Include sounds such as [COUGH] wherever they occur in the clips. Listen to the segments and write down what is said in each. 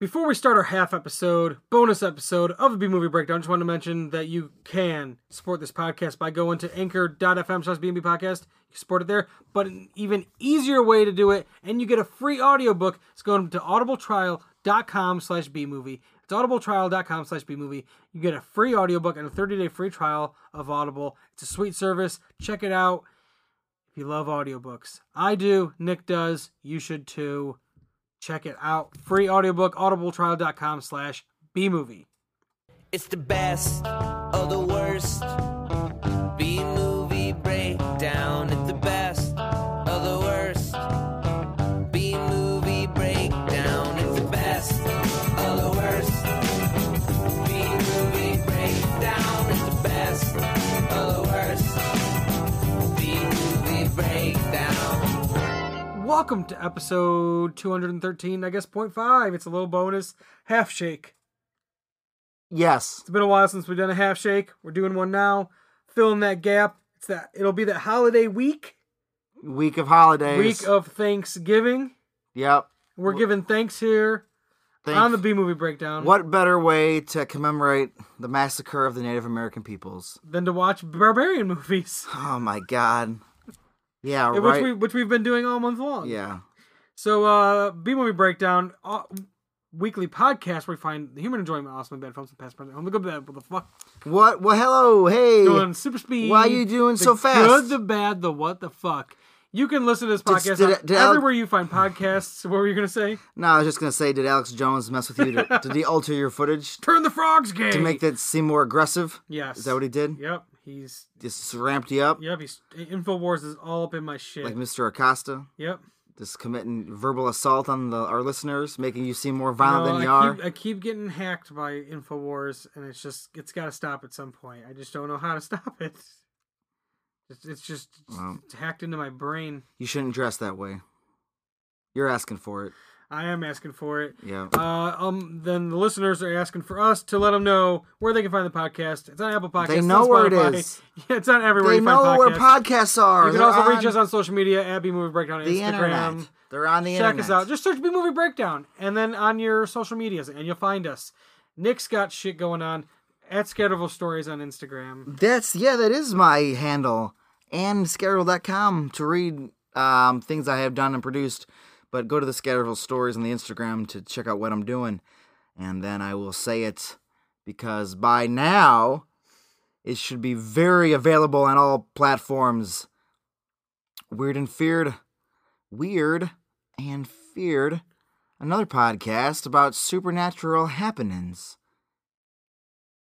Before we start our half episode, bonus episode of the B Movie Breakdown, just wanted to mention that you can support this podcast by going to anchor.fm slash BNB podcast. You can support it there, but an even easier way to do it, and you get a free audiobook, is going to audibletrial.com slash bmovie. It's audibletrial.com slash bmovie. You get a free audiobook and a 30-day free trial of Audible. It's a sweet service. Check it out if you love audiobooks. I do, Nick does, you should too. Check it out. Free audiobook, audibletrial.com slash bmovie. It's the best of the worst. B movie breakdown. It's the best of the worst. B movie breakdown. It's the best of the worst. B movie breakdown. It's the best of the worst. B movie breakdown. Welcome to episode 213, I guess, point five. It's a little bonus half shake. Yes. It's been a while since we've done a half shake. We're doing one now, filling that gap. It's that it'll be that holiday week, Week of holidays. week of Thanksgiving. Yep. We're giving thanks here Thanks. on the B movie breakdown what better way to commemorate the massacre of the Native American peoples? than to watch barbarian [LAUGHS] movies, Oh my God. Yeah. which right. we which we've been doing all month long. Yeah. So, uh, B Movie Breakdown, uh, weekly podcast where we find the human enjoyment, awesome and bad films, and past, present, home, the good, bad, what the fuck, What? Well, hello. Hey. going super speed. Why you doing the so fast? Good, the bad, the what the fuck. You can listen to this podcast did on I- did I- everywhere you find podcasts. What were you gonna say? No, I was just gonna say, did Alex Jones mess with you? To, [LAUGHS] did he alter your footage Turn the frogs gay to make that seem more aggressive? Yes. Is that what he did? Yep. He's. Just ramped you up, Yep. He's. Infowars is all up in my shit. like Mr. Acosta, yep. just committing verbal assault on the, our listeners, making you seem more violent No, than you I are. keep, I keep getting hacked by Infowars, and it's just it's got to stop at some point. I just don't know how to [LAUGHS] stop it. It's, it's just it's Wow. hacked into my brain. You shouldn't dress that way. You're asking for it. I am asking for it. Yeah. Uh, um, then the listeners are asking for us to let them know where they can find the podcast. It's on Apple Podcasts. They it's know on where it Spotify. is. [LAUGHS] Yeah, it's on everywhere. They you find know where podcasts. podcasts are. You can They're also reach on us on social media at B Movie Breakdown, the Instagram. internet. They're on the Check internet. us out. Just search B Movie Breakdown, and then on your social medias, and you'll find us. Nick's got shit going on at Scatterville Stories on Instagram. That's yeah, that is my handle and scatterville.com to read um, things I have done and produced. But go to the Scatterville stories on the Instagram to check out what I'm doing, and then I will say it because by now it should be very available on all platforms. Weird and feared, weird and feared, another podcast about supernatural happenings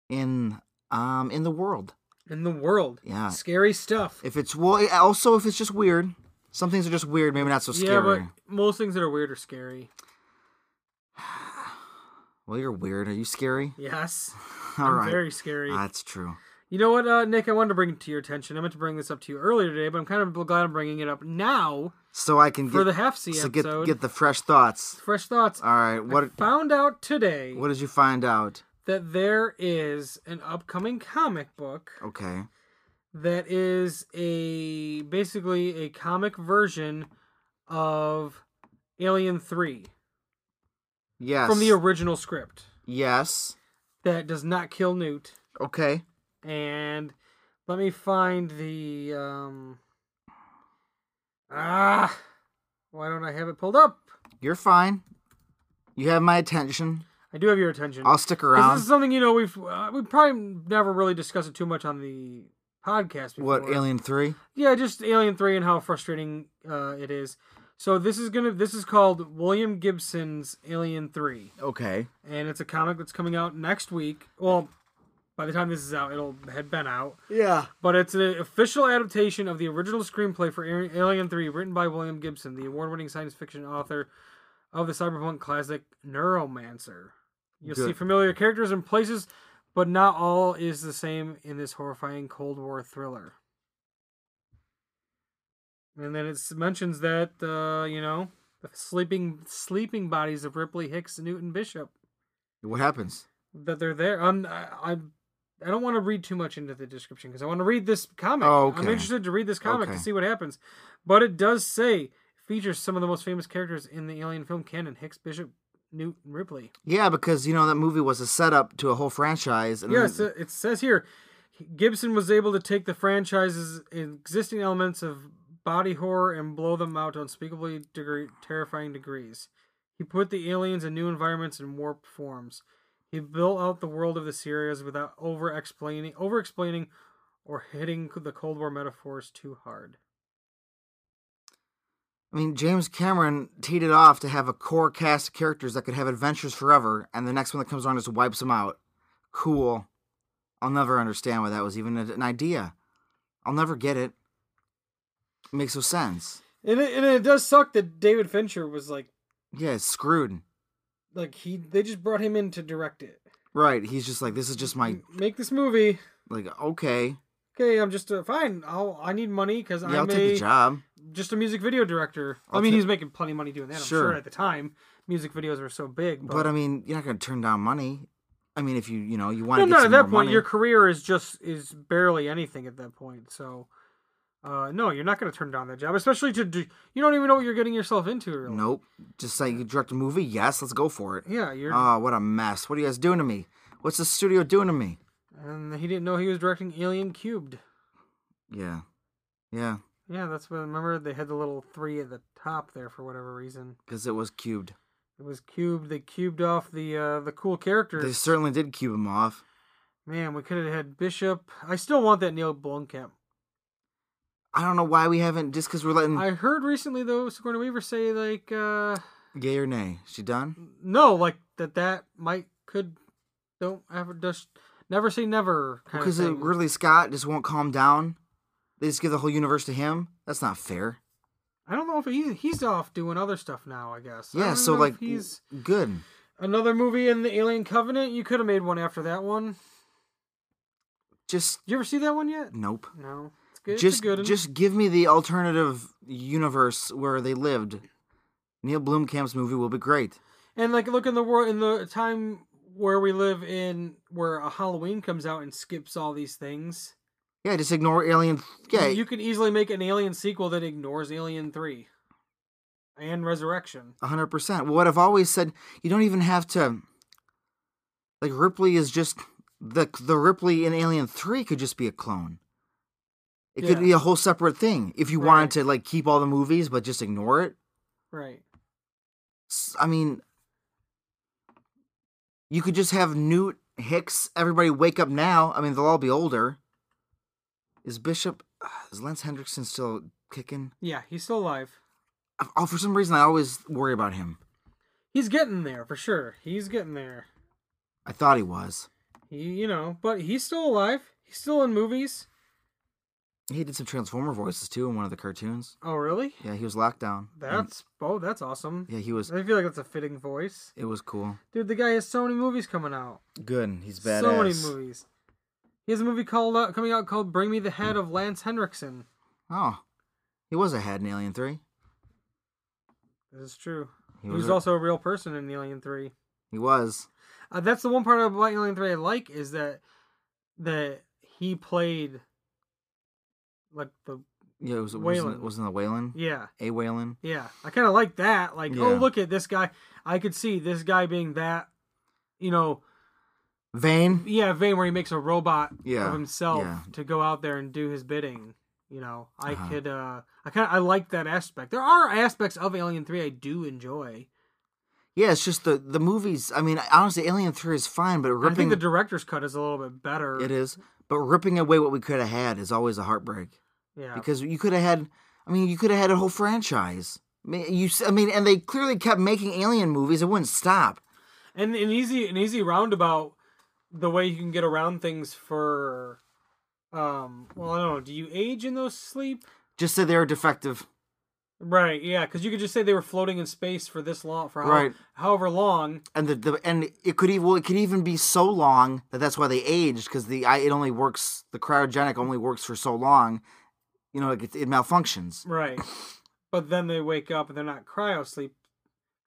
in um in the world. In the world, Yeah. scary stuff. If it's well, also if it's just weird, some things are just weird. Maybe not so Yeah, scary. but most things that are weird are scary. Well, you're weird. Are you scary? Yes, [LAUGHS] All I'm right. very scary. That's true. You know what, uh, Nick? I wanted to bring it to your attention. I meant to bring this up to you earlier today, but I'm kind of glad I'm bringing it up now So I can get, for the half C so get episode. get the fresh thoughts. Fresh thoughts. All right. What Found out today what did you find out? that there is an upcoming comic book Okay. that is a basically a comic version of Alien Three Yes. from the original script yes. that does not kill Newt. Okay. And let me find the um ah why don't I have it pulled up? You're fine. You have my attention. I do have your attention. I'll stick 'Cause around. This is something you know we've uh, we probably never really discussed it too much on the podcast. Before. what Alien Three? Yeah, just Alien Three and how frustrating uh, it is. So this is gonna this is called William Gibson's Alien Three, Okay. and it's a comic that's coming out next week. Well, by the time this is out, it'll had been out, Yeah. but it's an official adaptation of the original screenplay for Ari- Alien Three, written by William Gibson, the award-winning science fiction author of the cyberpunk classic Neuromancer. You'll see Good. familiar characters and places, but not all is the same in this horrifying Cold War thriller. And then it s- mentions that uh, you know the sleeping sleeping bodies of Ripley, Hicks, Newton, Bishop What happens? that they're there. I'm I, I'm I don't want to read too much into the description because I want to read this comic. Oh, I'm okay. interested to read this comic Okay. to see what happens. But it does say features some of the most famous characters in the Alien film canon: Hicks, Bishop, Newt Ripley. Yeah, because you know that movie was a setup to a whole franchise. And then- Yes, it says here Gibson was able to take the franchise's existing elements of body horror and blow them out to unspeakably degree, terrifying degrees. He put the aliens in new environments and warped forms. He built out the world of the series without over explaining, over explaining, or hitting the Cold War metaphors too hard. I mean, James Cameron teed it off to have a core cast of characters that could have adventures forever, and the next one that comes on just wipes them out. Cool. I'll never understand why that was even an idea. I'll never get it. Makes no sense. And it, and it does suck that David Fincher was like, Yeah, it's screwed. like he they just brought him in to direct it. Right. He's just like, this is just my, Make this movie. like, okay. Okay, I'm just uh, fine. I'll I need money because Yeah, I'll I'm take a the job. just a music video director. i I'll mean, ta- he's making plenty of money doing that. I'm sure. Sure. at the time, music videos were so big. But, But I mean, you're not going to turn down money. I mean, if you, you know, you want no, to get no. some At that more point, money. your career is just is barely anything at that point. So, uh, no, you're not going to turn down that job, especially to do. You don't even know what you're getting yourself into. Really. Nope. Just like you direct a movie. Yes, let's go for it. Yeah, you're. Oh, what a mess. What are you guys doing to me? What's the studio doing to me? and he didn't know he was directing Alien Cubed. Yeah. Yeah. Yeah, that's what. Remember, they had the little three at the top there for whatever reason. Because it was cubed. It was cubed. They cubed off the uh, the cool They characters. certainly did cube him off. Man, we could have had Bishop. I still want that Neil Blomkamp I don't know why we haven't, just because we're letting. I heard recently though Sigourney Weaver say like uh Yay or nay? She done? no, like that that might could don't ever just never say never kind Because of it thing. Ridley Scott just won't calm down. They just give the whole universe to him. That's not fair. I don't know if he he's off doing other stuff now. I guess. I Yeah, don't so know like, if he's good. another movie in the Alien Covenant. You could have made one after that one. Just Did you ever see that one yet? nope. No, it's good. it's a just good one. just give me the alternative universe where they lived. Neil Blomkamp's movie will be great. and like look in the world in the time where we live in where a Halloween comes out and skips all these things. Yeah, just ignore Alien. Yeah, you could easily make an Alien sequel that ignores Alien Three and Resurrection. hundred percent. What I've always said, you don't even have to. Like Ripley is just the the Ripley in Alien Three could just be a clone. It Yeah. could be a whole separate thing if you Right. wanted to like keep all the movies but just ignore it. Right. S- I mean, you could just have Newt Hicks. Everybody wake up now. I mean, they'll all be older. Is Bishop? [SIGHS] Is Lance Hendrickson still kicking? Yeah, he's still alive. I- Oh, for some reason, I always worry about him. He's getting there for sure. He's getting there. I thought he was. He, you know, but he's still alive. He's still in movies. He did some Transformer voices too in one of the cartoons. Oh, really? Yeah, he was locked down. And- That's oh, that's awesome. yeah, Hmm. he was. I feel like that's a fitting voice, It was cool. dude. The guy has so many movies coming out. Good. He's So many movies. He has a movie called uh, coming out called "Bring Me the Head of Lance Henriksen." Oh, he was a head in Alien Three. This is true. He He was was a- also a real person in Alien Three. He was. Uh, that's the one part of Black Alien Three I like is that that he played like the Yeah, it was. Whalen. Wasn't, wasn't it Whalen? yeah A Whalen. yeah I kind of like that like oh Yeah. look at this guy I could see this guy being that you know Vane. yeah vein where he makes a robot Yeah, of himself yeah. to go out there and do his bidding you know I Uh-huh. could uh I kind of I like that aspect there are aspects of Alien Three I do enjoy Yeah, it's just the the movies. I mean, honestly, Alien Three is fine, but I think ripping the director's cut is a little bit better it is, but ripping away what we could have had is always a heartbreak yeah because you could have had. I mean, you could have had a whole franchise. I mean, you, s- I mean, and they clearly kept making Alien movies. It wouldn't stop. and an easy an easy roundabout the way you can get around things for um well i don't know do you age in those sleep Just say they were defective. right yeah because you could just say they were floating in space for this long for how, Right. however long and the, the and it could even well, it could even be so long that that's why they aged because the I, it only works the cryogenic only works for so long, you know it, it malfunctions. right but then they wake up and they're not cryo sleep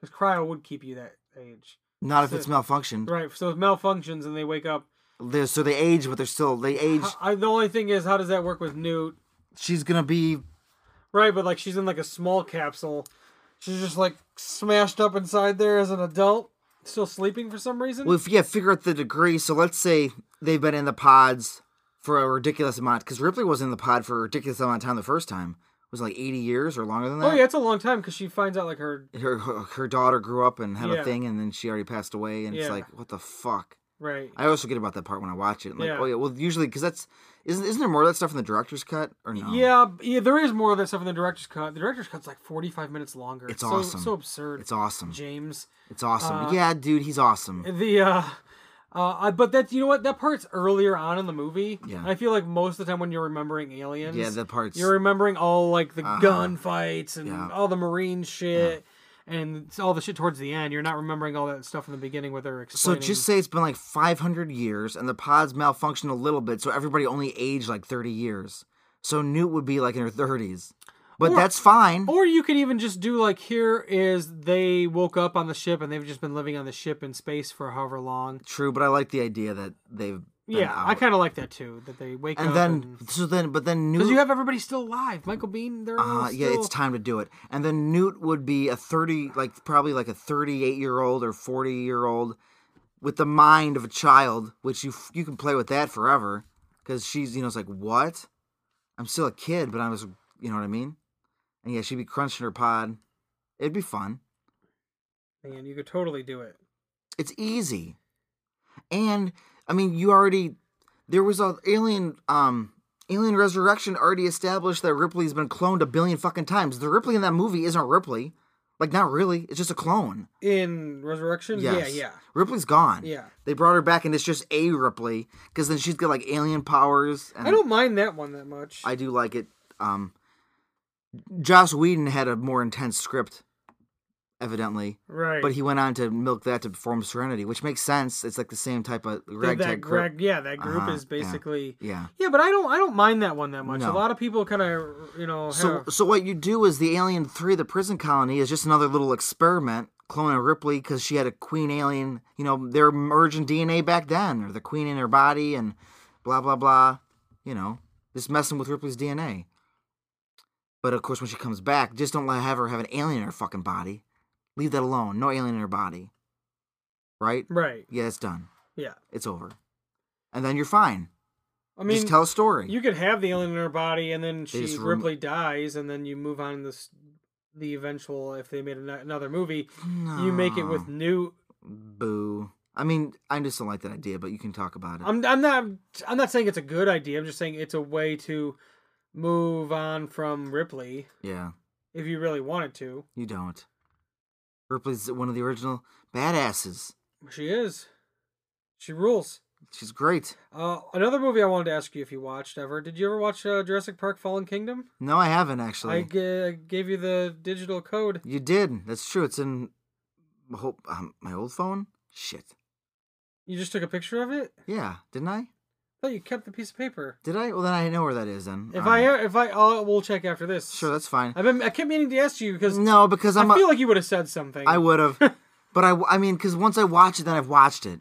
because cryo would keep you that age Not if it's So- malfunctioned. right so it malfunctions and they wake up They're, so they age, but they're still they age. I, I- the only thing is how does that work with newt She's gonna be right but like she's in like a small capsule she's just like smashed up inside there as an adult Still sleeping for some reason? Well, if, yeah, figure out the degree. So let's say they've been in the pods for a ridiculous amount, because Ripley was in the pod for a ridiculous amount of time the first time. It was like 80 years or longer than that. oh yeah, it's a long time because she finds out like her Her, her her daughter grew up and had Yeah. a thing, and then she already passed away, and it's Yeah. like, what the fuck? right. I always forget about that part when I watch it. I'm like, Yeah. oh yeah, well usually because that's isn't isn't there more of that stuff in the director's cut or no? Yeah, b- yeah, there is more of that stuff in the director's cut. The director's cut's like 45 minutes longer. It's so, awesome. So absurd. it's awesome. James. It's awesome. uh, yeah, dude, he's awesome. The uh uh, I- but that's you know what that part's earlier on in the movie. Yeah. And I feel like most of the time when you're remembering aliens, Yeah, that part's- Uh-huh. you're remembering all like the gunfights and Yeah. all the marine shit and it's all the shit towards the end. You're not remembering all that stuff in the beginning where they're So explaining. just say it's been like 500 years, and the pods malfunctioned a little bit, so everybody only aged like 30 years. So Newt would be like in her 30s, but Or- that's fine. or you could even just do like here is they woke up on the ship and they've just been living on the ship in space for however long. True, but I like the idea that they've been Yeah, I out. kind of like that too. That they wake up and then so then but then Newt because you have everybody still alive. Michael Bean, they're all Uh, yeah, still- it's time to do it. And then Newt would be a 30, like probably like a 38 year old or 40 year old with the mind of a child, which you f- you can play with that forever because she's, you know, it's like, what? I'm still a kid, but I was, you know what I mean? And yeah, she'd be crunching her pod. It'd be fun. Man, you could totally do it. It's easy. And I mean, you already there was a alien um Alien Resurrection already established that Ripley's been cloned a billion fucking times. The Ripley in that movie isn't Ripley. Like not really. It's just a clone. In Resurrection? Yes. Yeah, Ripley's gone. yeah. Yeah. They brought her back and it's just a Ripley cuz then she's got like alien powers and I don't mind that one that much. I do like it um Joss Whedon had a more intense script evidently. right. But he went on to milk that to perform Serenity, which makes sense. It's like the same type of that, ragtag that group. Greg, yeah, that group Uh-huh, is yeah. basically yeah. Yeah. but I don't I don't mind that one that much. No. A lot of people kind of you know So have- so what you do is the Alien Three, the prison colony, is just another little experiment cloning Ripley because she had a queen alien. You know, they're merging DNA back then, or the queen in her body, and blah blah blah. You know, just messing with Ripley's DNA. But of course, when she comes back, just don't let have her have an alien in her fucking body. Leave that alone. No alien in her body. Right? right. Yeah, it's done. Yeah. It's over. And then you're fine. I mean just tell a story. you could have the alien in her body and then she just rem- Ripley dies and then you move on to this the eventual if they made an- another movie, you make it Ah. with new Boo. I mean, I just don't like that idea, but you can talk about it. I'm I'm not I'm not saying it's a good idea. I'm just saying it's a way to move on from Ripley yeah, if you really wanted to. you don't. Ripley's one of the original badasses. She is. She rules. She's great. Uh, another movie I wanted to ask you if you watched ever. Did you ever watch uh, Jurassic Park: Fallen Kingdom? No, I haven't I actually. ga- gave you the digital code. You did. That's true. It's in my whole- um, my old phone. Shit. You just took a picture of it. Yeah, didn't I? I thought you kept the piece of paper. Did I? Well, then I know where that is. Then. If All right. I if I uh, we'll check after this. Um, sure, that's fine. I've been I kept meaning to ask you because No, because I'm. I a- feel like you would have said something. I would have, but I. I mean, because once I watch it, then I've watched it.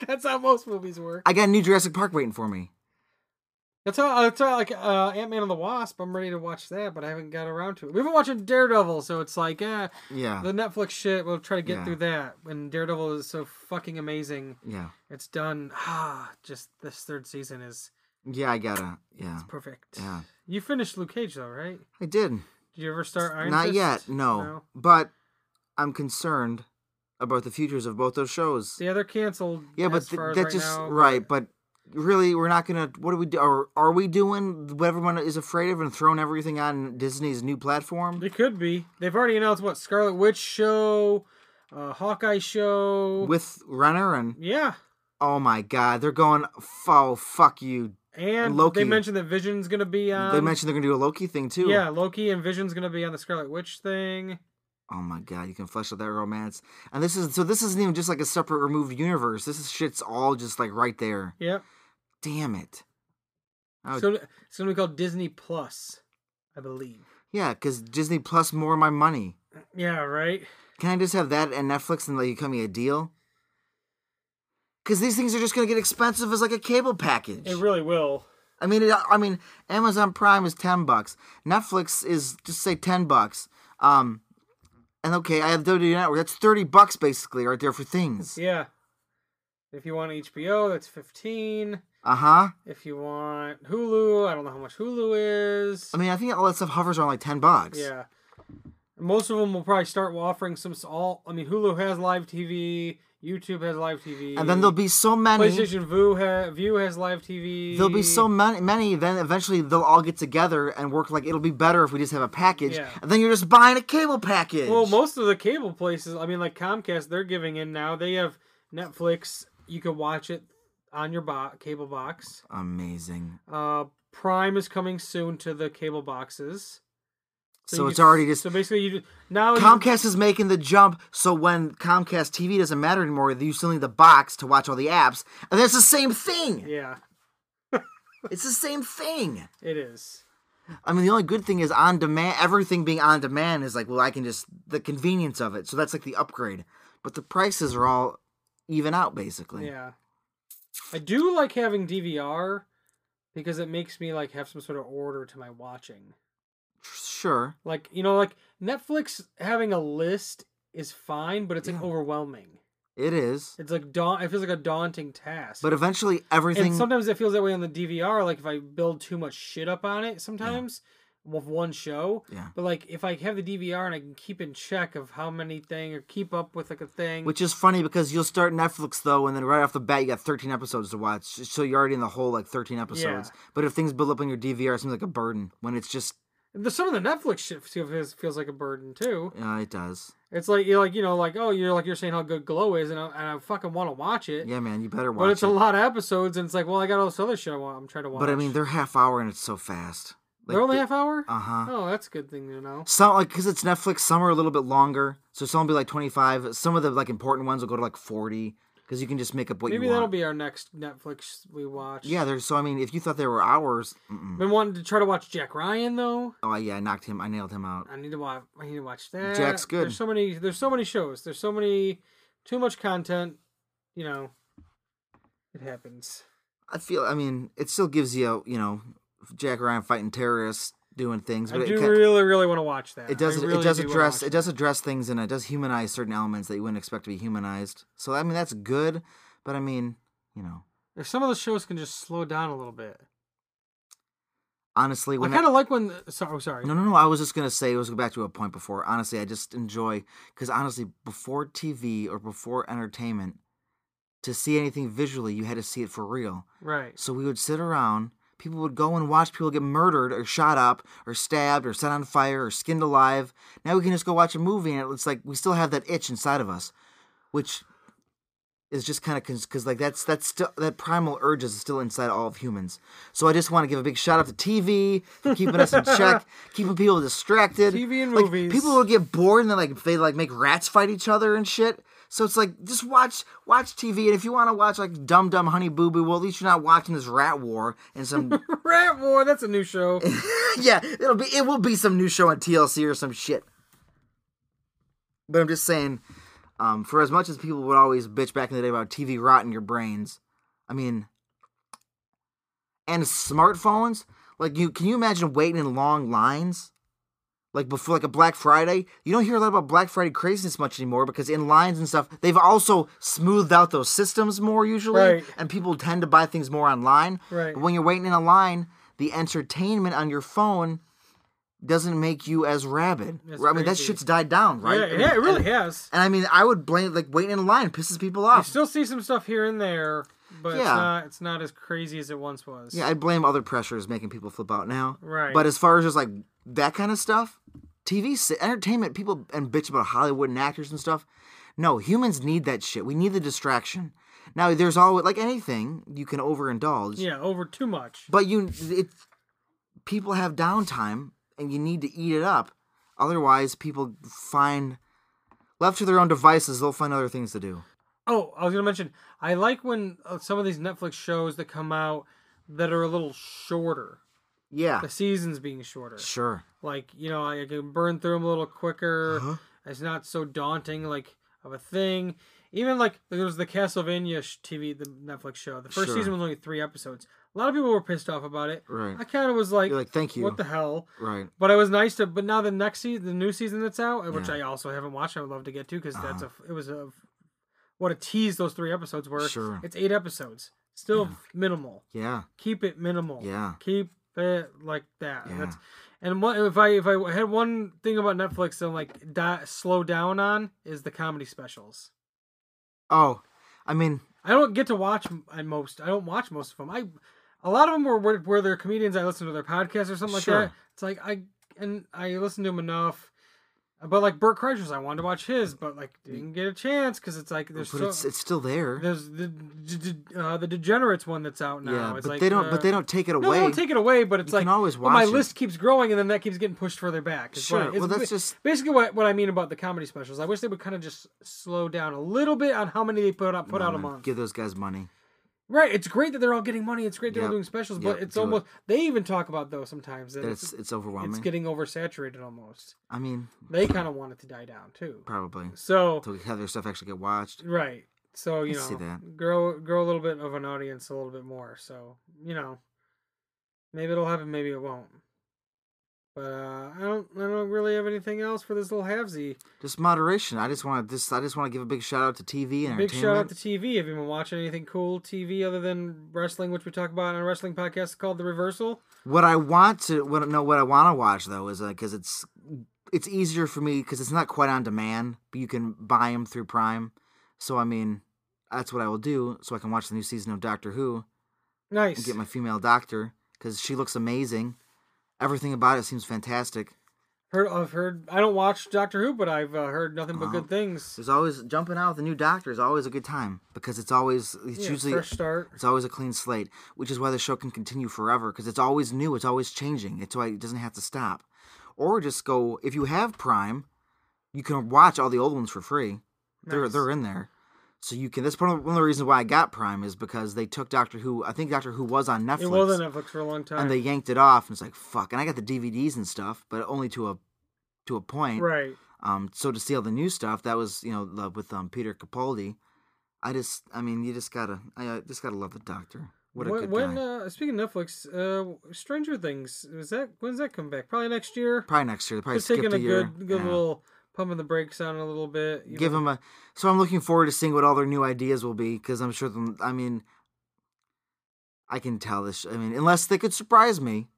[LAUGHS] That's how most movies work. I got a new Jurassic Park waiting for me. That's how that's how like uh, Ant Man and the Wasp. I'm ready to watch that, but I haven't got around to it. We've been watching Daredevil, so it's like, eh, Yeah. the Netflix shit. We'll try to get Yeah. through that. And Daredevil is so fucking amazing. yeah. It's done. Ah, just this third season is Yeah, I gotta. Yeah, perfect. Yeah. You finished Luke Cage though, right? I did. Did you ever start Iron Not Fist? yet, no. But I'm concerned about the futures of both those shows. Yeah, Yeah, they're canceled. but as th- far as that's right just now, right. But really, we're not gonna. What do we do? Are, are we doing what everyone is afraid of and throwing everything on Disney's new platform? They could be. They've already announced what Scarlet Witch show, uh, Hawkeye show. With Renner and yeah, oh my god, they're going. Oh fuck you! and Loki. they mentioned that Vision's gonna be on. they mentioned they're gonna do a Loki thing too. Um, Yeah, Loki and Vision's gonna be on the Scarlet Witch thing. Oh my god, you can flesh out that romance. And this is so. This isn't even just like a separate removed universe. This is shit's all just like right there. Yep. Damn it. Oh, So it's gonna be called Disney Plus, I believe. Yeah, because Disney Plus more of my money. Yeah, right. Can I just have that and Netflix and like you cut me a deal? Because these things are just gonna get expensive as like a cable package. It really will. I mean, it, I mean, Amazon Prime is ten bucks. Netflix is just say ten bucks. Um, And okay, I have WWE Network. That's thirty bucks basically right there for things. Yeah. If you want HBO, that's fifteen. Uh huh. If you want Hulu, I don't know how much Hulu is. I mean, I think all that stuff hovers around like ten bucks. Yeah. Most of them will probably start offering some s- all. I mean, Hulu has live TV. YouTube has live TV. And then there'll be so many. PlayStation View, ha- View has live TV. There'll be so many, many. Then eventually they'll all get together and work. Like it'll be better if we just have a package. Yeah. And then you're just buying a cable package. Well, most of the cable places, I mean, like Comcast, they're giving in now. They have Netflix. You can watch it on your bo- cable box. amazing. Uh, Prime is coming soon to the cable boxes. So, you it's can- already just So basically, you now you- Comcast is making the jump. So when Comcast TV doesn't matter anymore, you still need the box to watch all the apps, and that's the same thing. yeah, It's the same thing. it is. I mean, the only good thing is on demand. Everything being on demand is like, well, I can just the convenience of it. So that's like the upgrade. But the prices are all even out basically. Yeah, I do like having DVR because it makes me like have some sort of order to my watching. Sure. Like you know, like Netflix having a list is fine, but it's like overwhelming. It is. It's like daun- It feels like a daunting task. But eventually, everything. and sometimes it feels that way on the DVR. Like if I build too much shit up on it, sometimes with one show. Yeah. But like if I have the DVR and I can keep in check of how many thing or keep up with like a thing. Which is funny because you'll start Netflix though, and then right off the bat you got 13 episodes to watch, so you're already in the whole like 13 episodes. But if things build up on your DVR, it seems like a burden when it's just the, some of the Netflix shit feels, feels like a burden too. uh, it does. It's like you're like you know like oh you're like you're saying how good Glow is and I, and I fucking want to watch it. Yeah, man, you better watch But it's it. a lot of episodes and it's like well I got all this other shit I want, I'm trying to watch. but I mean, they're half hour and it's so fast. Like, they're only half hour. Uh huh. Oh, that's a good thing to know. Some like because it's Netflix, some are a little bit longer, so some will be like 25. Some of the like important ones will go to like 40 because you can just make up what Maybe you want. that'll be our next Netflix we watch. yeah, there's so I mean, if you thought there were hours, mm-mm. Been wanting to try to watch Jack Ryan though. oh yeah, I knocked him, I nailed him out. I need to watch. I need to watch that. Jack's good. There's so many. There's so many shows. There's so many. Too much content. You know, it happens. I feel. I mean, it still gives you, you know, Jack Ryan fighting terrorists, doing things, but I it, do ca- really, really want to watch that. it does. I really it does do wanna address. watch It does address things, and it does humanize certain elements that you wouldn't expect to be humanized. So I mean, that's good. But I mean, you know, that. If some of the shows can just slow down a little bit. honestly, when I kind of like when. Sorry, oh, sorry. No, no, no. I was just gonna say. Let's go back to a point before. Honestly, I just enjoy because honestly, before TV or before entertainment, to see anything visually, you had to see it for real. Right. [LAUGHS] So we would sit around. People would go and watch people get murdered or shot up or stabbed or set on fire or skinned alive. Now we can just go watch a movie and it's like we still have that itch inside of us, which is just kind of because like that's that's still that primal urge is still inside all of humans. So I just want to give a big shout out to TV for [LAUGHS] keeping us in check, keeping people distracted. TV and Like, movies. People will get bored and then like they like make rats fight each other and shit. So it's like just watch watch TV and if you want to watch like Dumb Dumb Honey Boo Boo, well at least you're not watching this rat war and some Rat War. That's a new show. yeah it'll be it will be some new show on TLC or some shit. But I'm just saying, um, for as much as people would always bitch back in the day about TV rotting your brains, I mean, and smartphones. Like you, can you imagine waiting in long lines? Like before, like a Black Friday, you don't hear a lot about Black Friday craziness much anymore because in lines and stuff, they've also smoothed out those systems more usually, Right. and people tend to buy things more online. Right. But when you're waiting in a line, the entertainment on your phone doesn't make you as rabid. That's I mean, that crazy. shit's died down, [LAUGHS] right? yeah, I mean, yeah, it really [LAUGHS] and- has. and I mean, I would blame like waiting in line pisses people You off. still see some stuff here and there, but it's Yeah. not. It's not as crazy as it once was. yeah, I blame other pressures making people flip out now. Right. But as far as just like that kind of stuff, TV, se- entertainment, people and bitch about Hollywood and actors and stuff. No, humans need that shit. We need the distraction. Now, there's always like anything you can overindulge. Yeah. Over too much. But you, it, people have downtime, and you need to eat it up. Otherwise, people find left to their own devices, they'll find other things to do. Oh, I was gonna mention. I like when uh, some of these Netflix shows that come out that are a little shorter. Yeah, The seasons being shorter. sure. Uh-huh. Like you know, I, I can burn through them a little quicker. It's not so daunting. Like of a thing. Even like there was the Castlevania sh- TV, the Netflix show. The first Sure. season was only three episodes. A lot of people were pissed off about it. Right. I kind of was like, You're like, thank you. what the hell? Right. But it was nice to. But now the next season, the new season that's out, uh, which Yeah. Uh-huh. I also haven't watched, I would love to get to because that's a. It was a. What a tease those three episodes were. Sure. It's eight episodes. Still minimal. Yeah. Keep it minimal. Yeah. Keep it like that. Yeah. That's, and what if I if I had one thing about Netflix and like di- slow down on is the comedy specials. Oh, I mean, I don't get to watch m- I most. I don't watch most of them. I a lot of them were were, were their comedians. I listen to their podcasts or something like Sure. that. It's like I and I listen to them enough. But like Burt Kreischer's, I wanted to watch his, but like didn't get a chance because it's like but there's so, it's it's still there. there's the d- d- uh, the Degenerates one that's out now. yeah, It's but like, they don't. uh, but they don't take it No, away. they don't take it away, but it's You like can always well, my watch it. list keeps growing, and then that keeps getting pushed further back. is what I- Sure. it's Well, that's ba- just- basically what, what I mean about the comedy specials. I wish they would kind of just slow down a little bit on how many they put out put out a No, no, month. Give those guys money. Right, it's great that they're all getting money. It's great they're all Yep, doing specials, yep, but it's do it. almost they even talk about though sometimes that It's it's, it's overwhelming. it's getting oversaturated almost. I mean, They kind of want it to die down too. probably. So So have their stuff actually get watched. right, so you I see know, that. grow grow a little bit of an audience a little bit more. So you know, maybe it'll happen, maybe it won't. But uh, I don't I don't really have anything else for this little halvesy. Just moderation. I just want to just I just want to give a big shout out to TV and Big shout out entertainment. to TV. Have you been watching anything cool TV other than wrestling, which we talk about on a wrestling podcast called The Reversal? What I want to what no what I want to watch though is because it's it's easier for me because it's not quite on demand, but you can buy them through Prime. So I mean, that's what I will do. So I can watch the new season of Doctor Who Nice. and get my female doctor because she looks amazing. Everything about it seems fantastic. Heard, I've heard. I don't watch Doctor Who, but I've uh, heard nothing but Wow. good things. There's always jumping out with a new doctor is always a good time because it's always it's Yeah, usually fresh start. It's always a clean slate, which is why the show can continue forever because it's always new, it's always changing. It's why it doesn't have to stop. Or just go if you have Prime, you can watch all the old ones for free. They're Nice. they're in there. So you can that's part of- one of the reasons why I got Prime is because they took Doctor Who, I think Doctor Who was on Netflix It was on Netflix for a long time. and they yanked it off and it's like fuck and I got the DVDs and stuff, but only to a to a point. right. Um, so to see all the new stuff, that was you know the, with um Peter Capaldi. I just, I mean, you just gotta, I uh, just gotta love the Doctor. What a when, good when guy. Uh, speaking of Netflix, uh, Stranger Things is that when's that come back? Probably next year. Probably next year. They Probably Just skipped taking a, a year. good, good Yeah. little pumping the brakes on a little bit. you Give know. him a. So I'm looking forward to seeing what all their new ideas will be because I'm sure. Them, I mean, I can tell this. I mean, unless they could surprise me.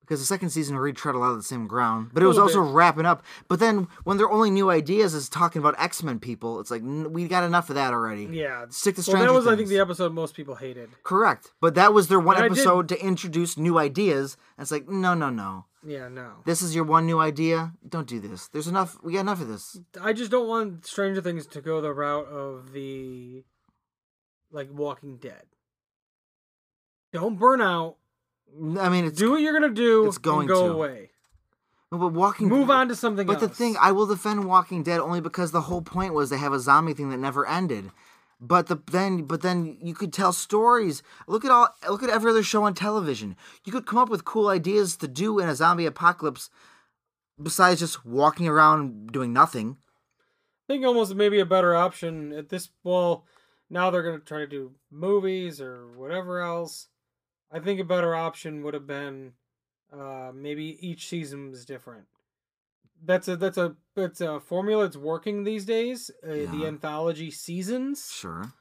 Because the second season retread a lot of the same ground, but it was Little also wrapping up. But then when their only new ideas is talking about X Men people, it's like n- we got enough of that already. yeah. Stick to Well, Stranger that was I Things. think the episode most people hated. Correct. But that was their one And I did- episode to introduce new ideas. And it's like, no, no, no. Yeah, no. This is your one new idea. Don't do this. There's enough. We got enough of this. I just don't want Stranger Things to go the route of the like Walking Dead. Don't burn out. I mean, it's Do what you're gonna do. It's going and go to. [LAUGHS] away. but Walking. Move on to something But else. the thing, I will defend Walking Dead only because the whole point was they have a zombie thing that never ended. But the then, but then you could tell stories. Look at all. Look at every other show on television. You could come up with cool ideas to do in a zombie apocalypse, besides just walking around doing nothing. I think almost maybe a better option at this. Well, now they're gonna try to do movies or whatever else. I think a better option would have been uh, maybe each season was different. That's a that's a that's a formula that's working these days. Uh, The Yeah. anthology seasons. Sure.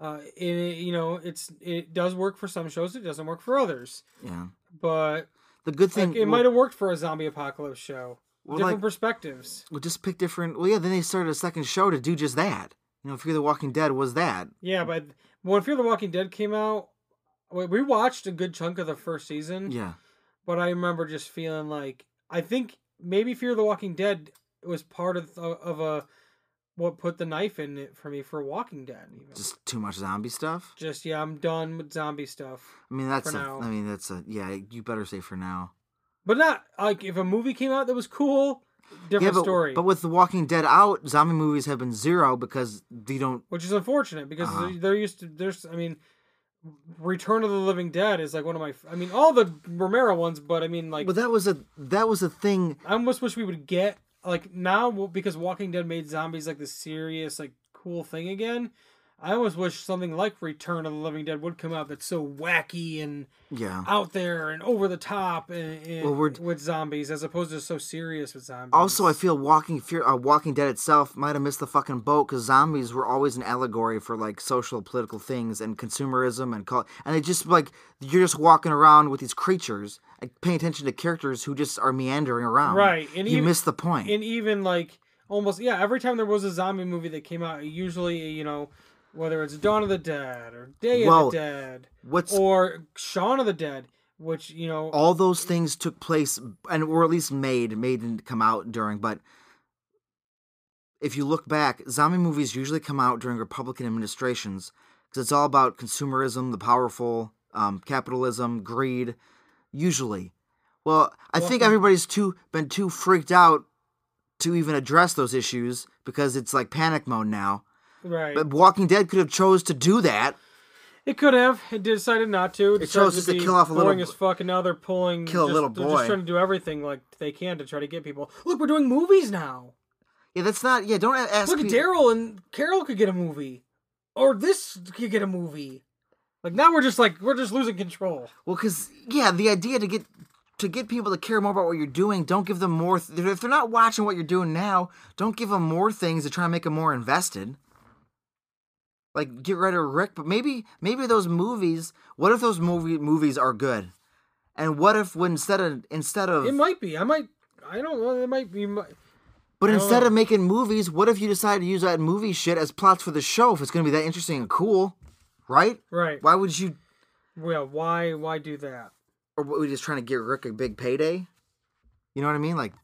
uh it, you know it's it does work for some shows it doesn't work for others Yeah. but The good like, thing it might have worked for a zombie apocalypse show Well, different like- perspectives Well, just pick different. Well, yeah. Then they started a second show to do just that. You know, Fear the Walking Dead was that. yeah but when fear the walking dead came out we we watched a good chunk of the first season Yeah. but i remember just feeling like i think maybe fear the walking dead was part of of a what put the knife in it for me for walking dead even. just, Just too much zombie stuff. yeah i'm done with zombie stuff I mean, that's. For A, now. I mean, that's a. Yeah. You better say for now. but not like if a movie came out that was cool different yeah, but, story But with The Walking Dead out, zombie movies have been zero because they don't. which is unfortunate because Uh-huh. they're- they're used to there's i mean return of the living dead is like one of my i mean all the romero ones but i mean like Well, that was a that was a thing. i almost wish we would get like now w- because Walking Dead made zombies like the serious like cool thing again. I almost wish something like Return of the Living Dead would come out that's so wacky and Yeah. out there and over the top and, and Well, we're- with zombies as opposed to so serious with zombies. Also, I feel Walking Fear, uh, Walking Dead itself might have missed the fucking boat because zombies were always an allegory for like social, political things and consumerism and call. And they just like you're just walking around with these creatures, and paying attention to characters who just are meandering around. Right, and you even- missed the point. and even like almost yeah every time there was a zombie movie that came out usually you know whether it's dawn of the dead or day Well, of the dead What's or shaun of the dead which you know all those things took place and were at least made made and come out during but if you look back zombie movies usually come out during republican administrations because it's all about consumerism the powerful um, capitalism greed usually well i think Well- everybody's too been too freaked out to even address those issues because it's like panic mode now right but walking dead could have chose to do that it could have it decided not to it, decided chose just to be kill off a little boring bo- as fuck and now they're pulling kill a just- little they're boy. just trying to do everything like they can to try to get people look we're doing movies now yeah that's not yeah don't a- ask look at me- daryl and carol could get a movie or this could get a movie like now we're just like we're just losing control Well, because yeah, the idea to get to get people to care more about what you're doing, don't give them more. Th- if they're not watching what you're doing now, don't give them more things to try and make them more invested. Like get rid of Rick, but maybe maybe those movies. What if those movie movies are good? And what if when instead of instead of It might be. I might. I don't know. It might be. mi- but instead no. of making movies, what if you decide to use that movie shit as plots for the show? If it's gonna be that interesting and cool, right? Right. Why would you? Well, why? Why do that? or what, we just trying to get Rick a big payday? You know what I mean? Like,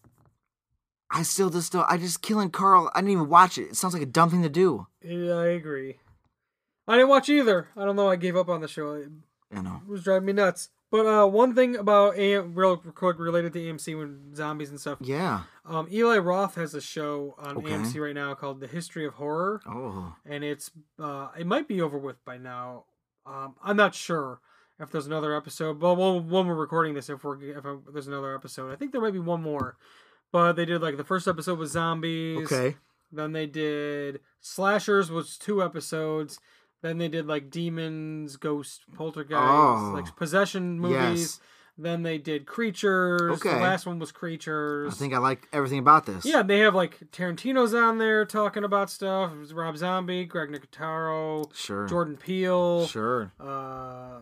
I still just don't. I just killing Carl. I didn't even watch it. It sounds like a dumb thing to do. Yeah, I agree. I didn't watch either. I don't know. I gave up on the show. It You know. was driving me nuts. But uh, one thing about AM, real quick related to AMC and zombies and stuff. Yeah. Um, Eli Roth has a show on Okay. AMC right now called The History of Horror, Oh. and it's uh, it might be over with by now. Um, I'm not sure if there's another episode, but we'll, when we're recording this, if we're if uh there's another episode, I think there might be one more. But they did like the first episode was zombies. Okay. Then they did slashers was two episodes. Then they did like demons, ghost, poltergeist, Oh. like possession movies. Yes. Then they did creatures. The Okay. last one was I creatures. think I like everything about this. yeah, they have like Tarantino's on there talking about stuff. It was Rob Zombie, Greg Nicotero, Sure. Jordan Peele. Sure. Uh,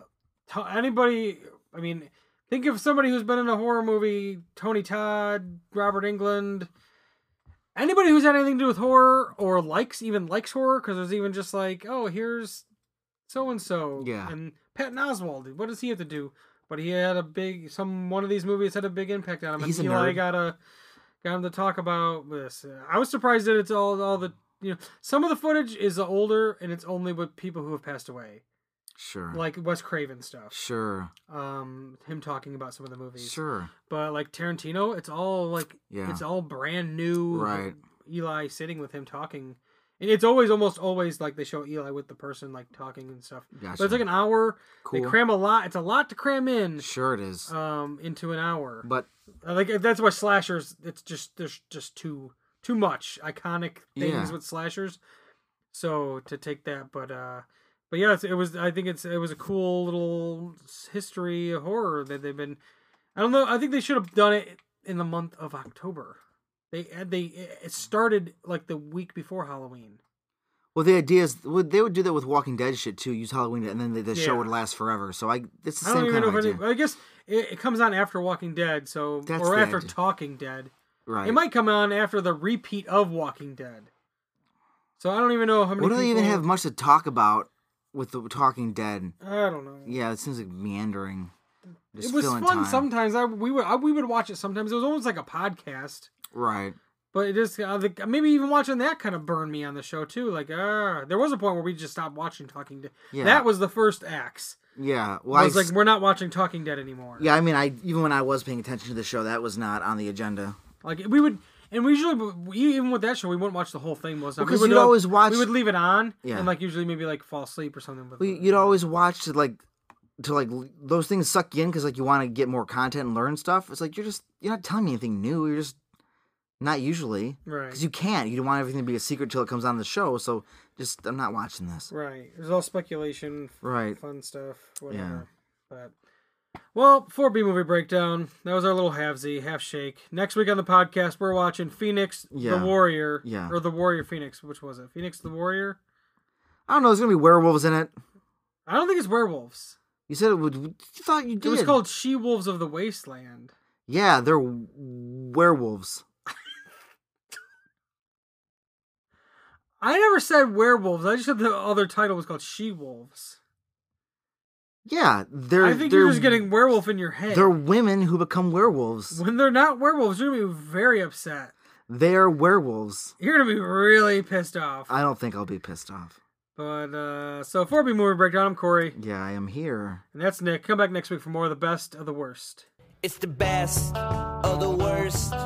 to- anybody? I mean, think of somebody who's been in a horror movie: Tony Todd, Robert England. Anybody who's had anything to do with horror or likes even likes horror, because there's even just like, oh, here's so and so. Yeah. And Patton Oswald, what does he have to do? But he had a big some one of these movies had a big impact on him. He's a and Eli nerd. got a got him to talk about this. I was surprised that it's all all the you know some of the footage is older and it's only with people who have passed away Sure. like Wes Craven stuff. sure. Um, him talking about some of the movies. Sure. But like Tarantino, it's all like Yeah. it's all brand new. Right. Eli sitting with him talking, and it's always almost always like they show Eli with the person like talking and stuff. But Gotcha. it's like an hour. They Cool. cram a lot. It's a lot to cram in. Sure it is. Um, into an hour. but Uh, like that's why slashers. It's just there's just too too much iconic things Yeah. with slashers. So to take that, but uh, but yeah, it's, it was. I think it's it was a cool little s- history of horror that they've been. I don't know. I think they should have done it in the month of October. They uh, they it started like the week before Halloween. well, the idea is would they would do that with Walking Dead shit too? Use Halloween and then the, the show Yeah. would last forever. So I it's the I don't same even kind know of if idea. any, I guess it, it comes on after Walking Dead, so That's or the after idea. Talking Dead. right. It might come on after the repeat of Walking Dead. So I don't even know how many. what do they even people- have much to talk about with the Talking Dead? I don't know. Yeah, it seems like meandering. Just it was filling fun time. sometimes. I we would I, we would watch it sometimes. It was almost like a podcast. Right. But it just I think maybe even watching that kind of burned me on the show too. Like ah, there was a point where we just stopped watching Talking Dead. Yeah. That was the first axe. Yeah. Well, I I was s- like, we're not watching Talking Dead anymore. yeah. I mean, I even when I was paying attention to the show, that was not on the agenda. Like we would, and we usually we, even with that show, we wouldn't watch the whole thing most of the time. Because We would you'd uh, always watch- We would leave it on, Yeah. and like usually maybe like fall asleep or something. With We, you'd always watch to like, to like l- those things suck you in because like you want to get more content and learn stuff. It's like you're just you're not telling me anything new. You're just Not usually. Right. Because you can't. You don't want everything to be a secret till it comes on the show. So just, I'm not watching this. Right. It was all speculation, f- Right. fun stuff, whatever. But well, for B movie breakdown, that was our little halvesy, half shake. Next week on the podcast, we're watching Phoenix Yeah. the Warrior. Yeah. Or the Warrior Phoenix. Which was it? Phoenix the Warrior? I don't know. There's gonna be werewolves in it. I don't think it's werewolves. You said it would. You thought you did. It was called She Wolves of the Wasteland. Yeah, they're w- werewolves. I never said werewolves. I just said the other title was called She Wolves. Yeah, they're. I think they're, you're just getting werewolf in your head. They're women who become werewolves. when they're not werewolves, you're gonna be very upset. They're werewolves. You're gonna be really pissed off. I don't think I'll be pissed off. But uh so for B movie breakdown, I'm Corey. Yeah, I am here. And that's Nick. Come back next week for more of the best of the worst. It's the best of the worst.